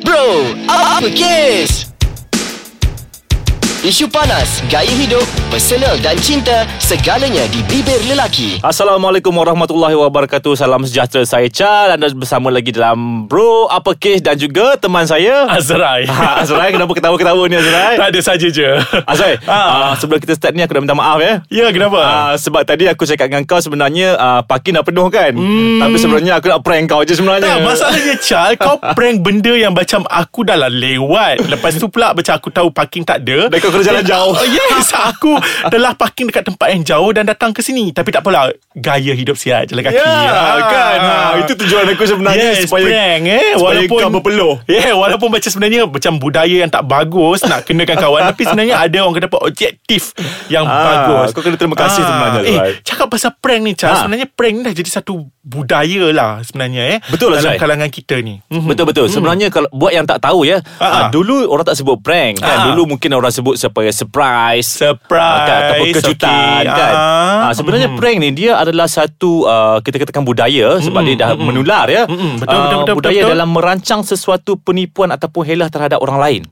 Bro, apa kes? Isu panas, gaya hidup, personal dan cinta, segalanya di bibir lelaki. Assalamualaikum warahmatullahi wabarakatuh Salam sejahtera saya Chal Anda bersama lagi dalam Bro Apa Kes Dan juga teman saya Azrai ha, Azrai kenapa ketawa-ketawa ni Tak Azrai ada saja je Azrai Ah. ah. sebelum kita start ni aku dah minta maaf ya Ya kenapa? Ah, sebab tadi aku cakap dengan kau sebenarnya ah, parking dah penuh kan Tapi sebenarnya aku nak prank kau je sebenarnya Tak masalahnya Chal Kau prank benda yang macam Aku dah lah lewat Lepas tu pula Macam aku tahu parking tak ada Dan kau kena jalan jauh. Oh, Yes Aku telah parking dekat tempat yang jauh Dan datang ke sini Tapi tak apalah Gaya hidup sihat Jalan kaki Ah. Ya kan ha, Itu tujuan aku sebenarnya Yes, Supaya prank eh supaya kau berpeluh Yeah, walaupun macam sebenarnya macam budaya yang tak bagus nak kenakan kawan tapi sebenarnya ada orang kata apa objektif yang Ah, bagus. kau kena terima kasih sebenarnya, Eh, Azrai. cakap pasal prank ni, Char, Ha. sebenarnya prank ni dah jadi satu budaya lah sebenarnya eh Betul, dalam Azrai. kalangan kita ni. Hmm. Betul betul. Sebenarnya kalau buat yang tak tahu ya, Ah, ah. uh dulu orang tak sebut prank kan. Ah. Dulu mmungkin orang sebut apa ya, surprise. Surprise, ah, kan, ataupun kejutan okey, kan. ah. Ah, sebenarnya prank ni dia adalah satu uh, kita katakan budaya sebab dia dah menular ya. Mm-mm. Mhm, Betul, Ah, betul, betul, budaya betul, betul. dalam merancang sesuatu penipuan ataupun helah terhadap orang lain.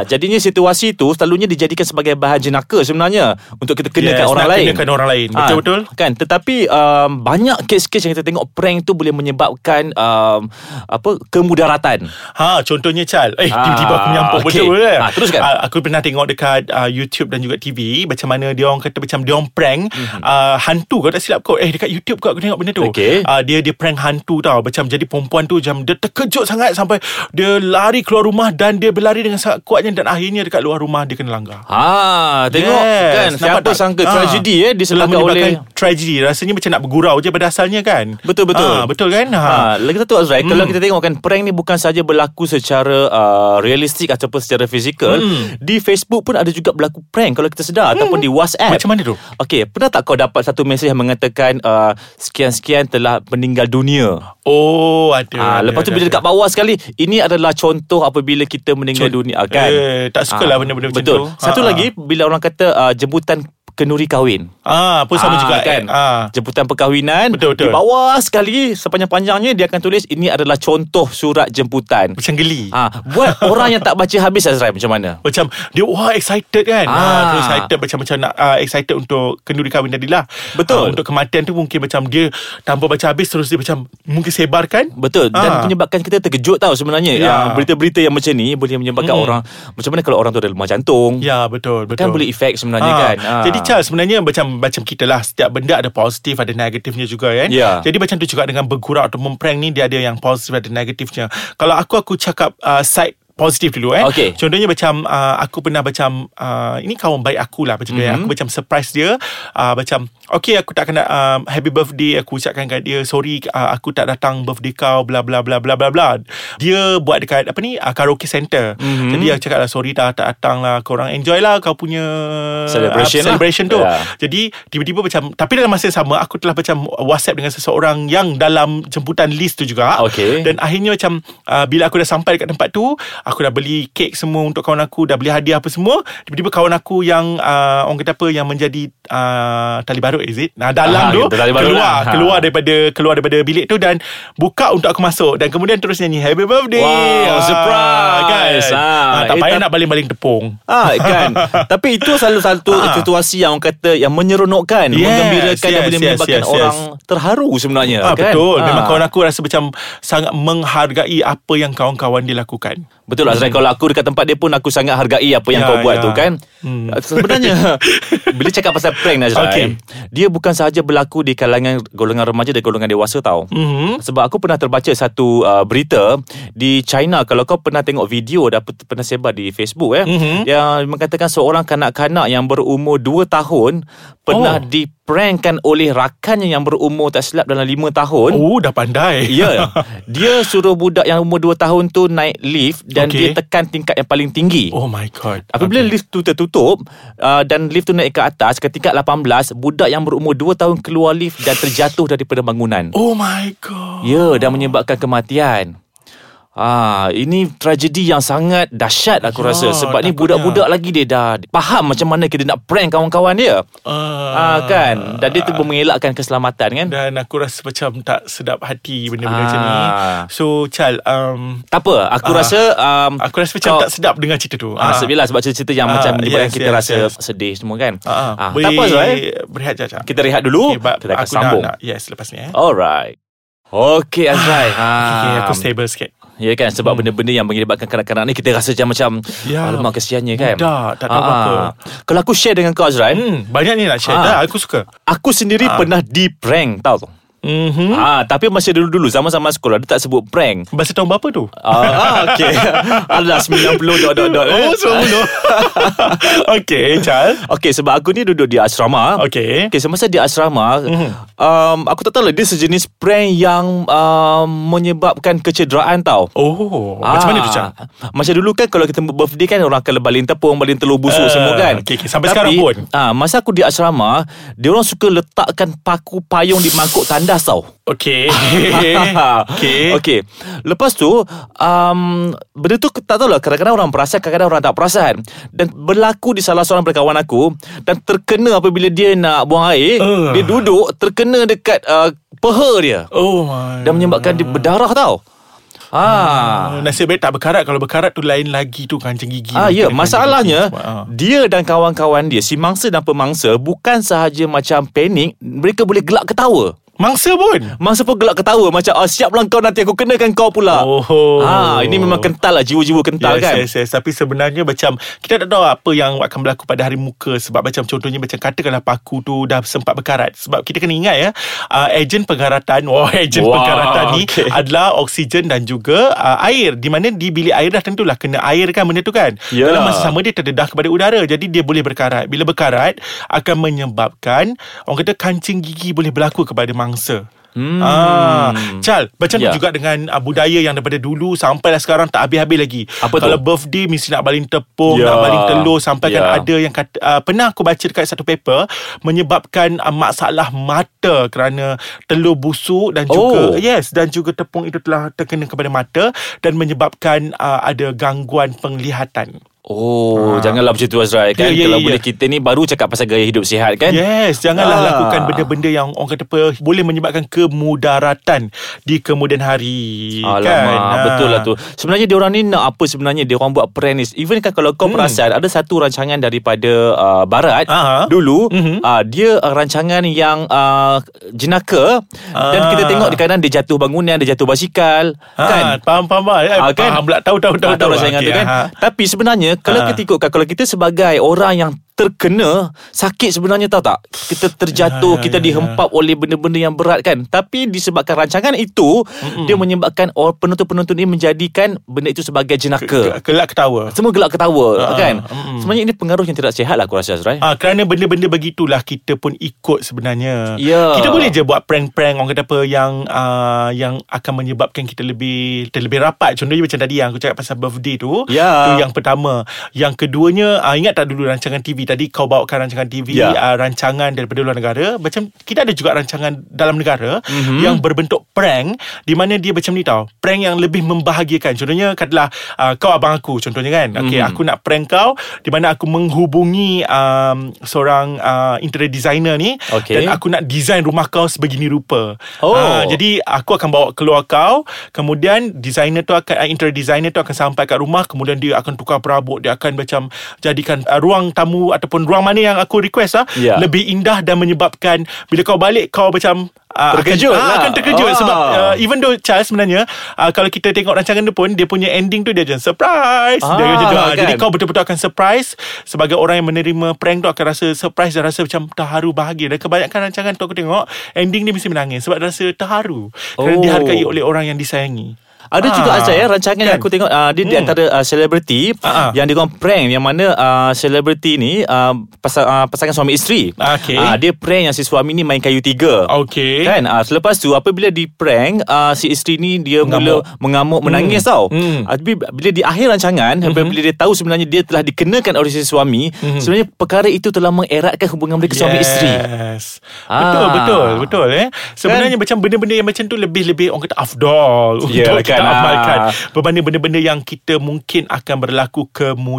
Ah, jadinya situasi itu selalunya dijadikan sebagai bahan jenaka sebenarnya untuk kita kenakan Yes, orang nak lain. kenakan orang lain. Ah, Betul, betul. Kan, tetapi um, banyak kes-kes yang kita tengok prank tu boleh menyebabkan um, apa kemudaratan. Ha, contohnya Chal. Eh, Ah, tiba-tiba aku menyampuk okey. betul kan? Ah, teruskan. Ah, aku pernah tengok dekat uh, YouTube dan juga TV macam mana dia orang kata macam dia orang prank mm-hmm. Mhm. uh, hantu kau tak silap kau. Eh, dekat YouTube kau aku tengok benda tu. Okey. Uh, dia dia prank hantu tau. Macam jadi perempuan tu macam dia terkejut sangat sampai dia lari keluar rumah dan dia berlari dengan sangat kuatnya dan akhirnya dekat luar rumah dia kena langgar. Ha, tengok Yes, kan nampak siapa tak? sangka Ah. tragedi eh Telah disebabkan oleh menyebabkan tragedi Rasanya macam nak bergurau je pada asalnya kan Betul betul. Ah, Betul kan Ha. lagi satu Azrai, hmm. kalau kita tengok kan prank ni bukan saja berlaku secara uh, realistik ataupun secara fizikal, hmm. di Facebook pun ada juga berlaku prank kalau kita sedar hmm. ataupun di WhatsApp. Macam mana tu? Okey, pernah tak kau dapat satu mesej yang mengatakan uh, sekian-sekian telah meninggal dunia? Oh ada Ah, ada, lepas tu ada, bila ada. dekat bawah sekali Ini adalah contoh apabila kita meninggal ya. Con- dunia kan Ah, Eh, tak sukalah benda-benda macam betul. tu. Satu Ha, ha. lagi Bila orang kata uh, jemputan kenuri kahwin Ah, pun Ah, sama juga kan Ah. Jemputan perkahwinan Betul, Di betul. bawah sekali Sepanjang-panjangnya Dia akan tulis Ini adalah contoh surat jemputan Macam geli. ha, Buat orang yang tak baca habis Azrai macam mana? Macam dia wah excited kan. Ah, Ah. terus excited macam-macam nak ah, excited untuk kenduri kahwin tadi lah. Betul. Ah, untuk kematian tu mungkin macam dia tanpa baca habis terus dia macam mungkin sebarkan. Betul Dan Ah. menyebabkan kita terkejut tau sebenarnya Ya. Ah, Berita-berita yang macam ni Boleh menyebabkan orang Macam mana kalau orang tu ada lemah jantung Ya betul betul. Kan boleh efek sebenarnya Ah, kan Ah. Jadi Charles sebenarnya macam macam kita lah setiap benda ada positif ada negatifnya juga kan. Ya. Jadi macam tu juga dengan bergurau atau memprank ni dia ada yang positif ada negatifnya. Kalau aku aku cakap uh, side positif dulu eh. Okey. Contohnya macam uh, aku pernah macam uh, ini kawan baik aku lah macam mm-hmm. dia aku Mhm. macam surprise dia uh, macam okay aku tak kena uh, happy birthday aku ucapkan kat dia sorry uh, aku tak datang birthday kau bla bla bla bla bla bla. Dia buat dekat apa ni uh, karaoke center. Mm-hmm. Mhm. Jadi aku cakap lah sorry dah tak datang lah korang enjoy lah kau punya Celebration uh, celebration lah. tu. Ya. Jadi tiba-tiba macam tapi dalam masa yang sama aku telah macam WhatsApp dengan seseorang yang dalam jemputan list tu juga. Okey. Dan akhirnya macam uh, bila aku dah sampai dekat tempat tu, aku dah beli kek semua untuk kawan aku, dah beli hadiah apa semua. Tiba-tiba kawan aku yang uh, orang kata apa yang menjadi uh, tali baru is it? Nah, Ah, dalam tu tali keluar barut lah. Ha. keluar daripada keluar daripada bilik tu dan buka untuk aku masuk dan kemudian terus nyanyi happy birthday. Wow, surprise. Kan? Ah, Ah, tak eh, payah tap- nak baling-baling tepung. Ah kan Tapi itu salah satu Ah. situasi yang orang kata Yang menyeronokkan Yes, Menggembirakan Yang yes, boleh yes, menyebabkan yes, orang terharu sebenarnya Ah, kan? Betul Memang kawan aku rasa macam Sangat menghargai Apa yang kawan-kawan dia lakukan Betul lah Azrai Kalau aku dekat tempat dia pun Aku sangat hargai apa yang Hmm. Ya, kau buat ya. tu kan hmm. Sebenarnya Bila cakap pasal prank ni Azrai Okey. Dia bukan sahaja berlaku di kalangan Golongan remaja dan golongan dewasa tau Mhm. Sebab aku pernah terbaca satu uh, berita Di China Kalau kau pernah tengok video Dah pe- pernah sebar di Facebook eh Mhm. Yang mengatakan seorang kanak-kanak Yang berumur 2 tahun Pernah Oh. diprankkan oleh rakannya Yang berumur tak silap dalam 5 tahun Oh dah pandai Ya Dia suruh budak yang umur 2 tahun tu Naik lift Dan okay. Okey. dia tekan tingkat yang paling tinggi Oh my god Apabila lift tu tertutup uh, Dan lift tu naik ke atas Ke tingkat 18 Budak yang berumur 2 tahun keluar lift Dan terjatuh daripada bangunan Oh my god Ya dan menyebabkan kematian Ah, ini tragedi yang sangat dahsyat lah aku Ya, rasa sebab ni takutnya. budak-budak lagi dia dah faham macam mana kita nak prank kawan-kawan dia. Ah, Ah, kan. Dan dia tu mengelakkan keselamatan kan. Dan aku rasa macam tak sedap hati benda-benda macam ni. Ah. So, Chal, um, Tak apa, aku Ah. rasa um, aku rasa macam tak sedap dengar cerita tu. Ah, sebila sebab cerita-cerita yang macam Ah, menyebabkan yes, kita yes, rasa yes. sedih semua kan. Ah, ah. Ah, tak Boleh apa Zoe. berehat sekejap. Kita rehat dulu, but kita akan aku nak- sambung. Nak, yes, lepas ni eh. Alright. Okay Azrai. ha. Ah, Okay, aku stable sikit. Ya kan sebab benda-benda yang melibatkan kanak-kanak ni kita rasa macam macam Ya, alamak kesiannya kan. budak, tak tahu Ah, ah. Kalau aku share dengan kau Azrai, Hmm, Ah. banyak ni nak share Ah. dah. Aku suka. aku sendiri pernah di prank tau. Mm-hmm. Ah tapi masih dulu-dulu sama-sama sekolah dia tak sebut prank. Bahasa tahun berapa tu? Ah, ah okey. Alah 90 dot dot dot. eh. Oh, semua dulu. okay, Chal. Okey sebab aku ni duduk di asrama. Okay. Okey semasa di asrama, Mhm. mm-hmm. um, aku tak tahu lah dia sejenis prank yang um, menyebabkan kecederaan tau. Oh, macam mana tu, Chal? Ah, Macam dulu kan Kalau kita birthday kan Orang akan lebalin tepung Balin telur busuk uh, Ah, semua kan okey, okey. Sampai sekarang pun. ah, Masa aku di asrama Dia orang suka letakkan Paku payung di mangkuk tandas tau Okay. okay. okay. okay Lepas tu um, Benda tu tak tahulah Kadang-kadang orang perasan Kadang-kadang orang tak perasan kan. Dan berlaku di salah seorang perkawan aku Dan terkena apabila dia nak buang air Ah. Dia duduk Terkena dekat uh, Peha dia Oh my. Dan menyebabkan dia berdarah tau Ah, Ah, Nasib baik tak berkarat Kalau berkarat tu lain lagi tu Kancing gigi Ah ya, Kancing masalahnya gigi semua. Ah. dia dan kawan-kawan dia, si mangsa dan pemangsa bukan sahaja macam panik, mereka boleh gelak ketawa. Mangsa pun Mangsa pun gelak ketawa macam ah, siaplah kau nanti aku kenakan kau pula. Oh. Ah, ini memang kental lah jiwa-jiwa kental yes, kan. yes, yes. Tapi sebenarnya macam Kita tak tahu apa yang akan berlaku pada hari muka Sebab macam contohnya Macam katakanlah paku tu Dah sempat berkarat Sebab kita kena ingat ya uh, Ejen pengaratan Wah, ejen Wah, pengaratan ni okay. Adalah oksigen dan juga uh, air Di mana di bilik air dah tentulah Kena air kan benda tu kan Ya. Dalam masa sama dia terdedah kepada udara Jadi dia boleh berkarat Bila berkarat Akan menyebabkan Orang kata kancing gigi boleh berlaku kepada mangsa Hmm. Ah, Chal, macam Ya. tu juga dengan uh, budaya yang daripada dulu sampailah sekarang tak habis-habis lagi. Apa tu? Kalau birthday mesti nak baling tepung, Ya. nak baling telur sampai kan Ya. ada yang kata, uh, pernah aku baca dekat satu paper menyebabkan uh, masalah mata kerana telur busuk dan juga Oh. yes dan juga tepung itu telah terkena kepada mata dan menyebabkan uh, ada gangguan penglihatan. Oh, janganlah macam tu Azrai kan. Ha. Ya, ya, Kalau ya, boleh ya. kita ni baru cakap pasal gaya hidup sihat kan. Yes, janganlah Ah. lakukan benda-benda yang orang kata apa, boleh menyebabkan kemudaratan di kemudian hari Alamak, kan. Ah. betul lah tu. Sebenarnya dia orang ni nak apa sebenarnya dia orang buat prank ni. Even kan kalau kau hmm. perasan ada satu rancangan daripada uh, barat Aha. Mhm. dulu mm-hmm. uh, dia uh, rancangan yang uh, jenaka dan Ah. kita tengok di kanan dia jatuh bangunan, dia jatuh basikal Ah, kan. faham faham faham. Eh, Ah, faham pula tahu tahu tahu Ah, tahu rancangan Okey, tu kan. aha. Tapi sebenarnya kalau Ah. kita ikutkan kalau kita sebagai orang yang terkena sakit sebenarnya tahu tak kita terjatuh Ya, ya, kita ya, dihempap oleh benda-benda yang berat kan tapi disebabkan rancangan itu Mm-mm. dia menyebabkan orang penonton-penonton ini menjadikan benda itu sebagai jenaka Ke- Kelak ketawa. semua gelak ketawa Ah, kan mm-mm. sebenarnya ini pengaruh yang tidak sihat lah aku rasa Azrai Ah, kerana benda-benda begitulah kita pun ikut sebenarnya. Ya. Kita boleh je buat prank-prank orang kata apa yang ah, yang akan menyebabkan kita lebih terlebih rapat. Contohnya macam tadi yang aku cakap pasal birthday tu. Ya. Tu yang pertama. Yang keduanya ah, ingat tak dulu rancangan TV tadi kau bawakan rancangan TV Ya. ah, rancangan daripada luar negara. Macam kita ada juga rancangan dalam negara Mhm. mm-hmm. yang berbentuk prank di mana dia macam ni tau. Prank yang lebih membahagiakan. Contohnya katalah ah, kau abang aku contohnya kan. Okey Mhm. aku aku nak prank kau di mana aku menghubungi um, seorang uh, interior designer ni Okey. dan aku nak design rumah kau sebegini rupa. Oh. Ah, jadi aku akan bawa keluar kau, kemudian designer tu akan uh, interior designer tu akan sampai kat rumah, kemudian dia akan tukar perabot, dia akan macam jadikan uh, ruang tamu ataupun ruang mana yang aku request ah Ya. lebih indah dan menyebabkan bila kau balik kau macam uh, Terkejut akan, ah, lah. akan terkejut Ah. sebab uh, even though Charles sebenarnya uh, kalau kita tengok rancangan dia pun dia punya ending tu dia macam surprise dia Ah, macam tu. Ah, kan? Jadi kau betul-betul akan surprise Sebagai orang yang menerima prank tu Akan rasa surprise Dan rasa macam terharu bahagia Dan kebanyakan rancangan tu aku tengok Ending dia mesti menangis Sebab dia rasa terharu Kerana Oh. dihargai oleh orang yang disayangi Ada Ah, Kan? Hmm. juga Azhar ya rancangan yang aku tengok uh, dia di antara uh, selebriti Ah, ah. yang dia orang prank yang mana uh, selebriti ni uh, pasang, uh, pasangan suami isteri. Okey. Uh, dia prank yang si suami ni main kayu tiga. Okey. Kan uh, selepas tu apabila di prank uh, si isteri ni dia Mengamuk. mengamuk. mula mengamuk menangis tau. Hmm. Uh, tapi bila di akhir rancangan mm-hmm. bila dia tahu sebenarnya dia telah dikenakan oleh si suami sebenarnya perkara itu telah mengeratkan hubungan mereka suami Hmm. yes. isteri. Betul Ah. Kan? betul betul eh. Sebenarnya macam benda-benda yang macam tu lebih-lebih orang kata afdol Ya, untuk kan? akan Ah. amalkan berbanding benda-benda yang kita mungkin akan berlaku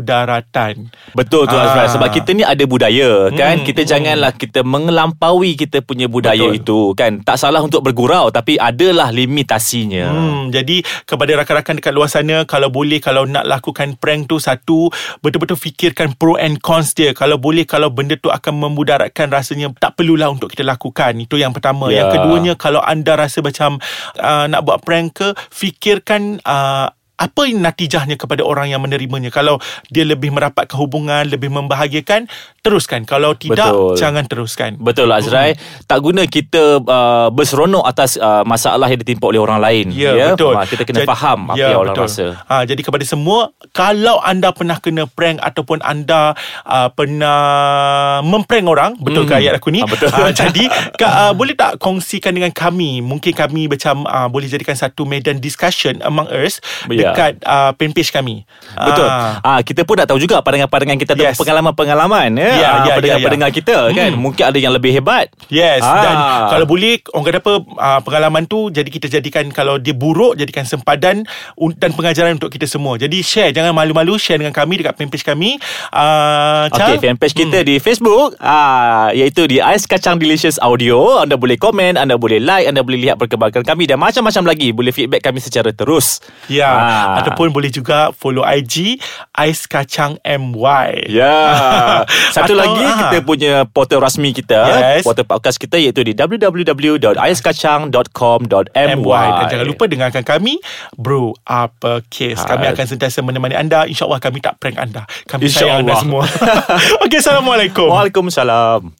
kemudaratan Betul tu Ah. Hmm, Azrael Sebab kita ni ada budaya kan Kita janganlah kita mengelampaui kita punya budaya Betul. itu kan Tak salah untuk bergurau Tapi adalah limitasinya Hmm, jadi kepada rakan-rakan dekat luar sana kalau boleh kalau nak lakukan prank tu satu betul-betul fikirkan pro and cons dia. Kalau boleh kalau benda tu akan memudaratkan rasanya tak perlulah untuk kita lakukan. Itu yang pertama. Ya. Yang keduanya kalau anda rasa macam uh, nak buat prank ke fikirkan uh, apa natijahnya kepada orang yang menerimanya kalau dia lebih merapatkan hubungan lebih membahagiakan teruskan kalau tidak Betul. jangan teruskan Betul lah Azrai Hmm. Tak guna kita uh, berseronok atas uh, masalah yang ditimpa oleh orang lain Ya, yeah, betul. Ah, Kita kena Jadi- faham apa ya, yang orang betul. rasa Ha, jadi kepada semua, kalau anda pernah kena prank ataupun anda uh, pernah memprank orang, betul ke Hmm. ayat aku ni? Ah, betul. Ah, jadi ka, uh, boleh tak kongsikan dengan kami? Mungkin kami macam uh, boleh jadikan satu medan discussion among us Ya. dekat uh, fanpage kami. Betul. Ah. Ah kita pun nak tahu juga pandangan-pandangan kita yes. Yes. pengalaman-pengalaman ya. Ah, Ya, ya, ya, pendengar-pendengar ya. kita kan. Mungkin ada yang lebih hebat. Yes Ah. Dan kalau boleh Orang kata apa uh, Pengalaman tu Jadi kita jadikan Kalau dia buruk Jadikan sempadan un- Dan pengajaran untuk kita semua Jadi share Jangan malu-malu Share dengan kami Dekat fanpage kami uh, Okey, fanpage kita di Facebook ah iaitu di Ais Kacang Delicious Audio. Anda boleh komen, anda boleh like, anda boleh lihat perkembangan kami dan macam-macam lagi. Boleh feedback kami secara terus. Ya Ah. Ataupun boleh juga Follow IG Ais Kacang MY Ya. Satu Atau, lagi ah. kita punya portal rasmi kita, Yes. portal podcast kita iaitu di www.aiskacang.com.my. MY Dan jangan lupa dengarkan kami Bro Uppercase Kami Ah. akan sentiasa menemani anda InsyaAllah kami tak prank anda Kami sayang anda InsyaAllah. semua Okay Assalamualaikum Waalaikumsalam.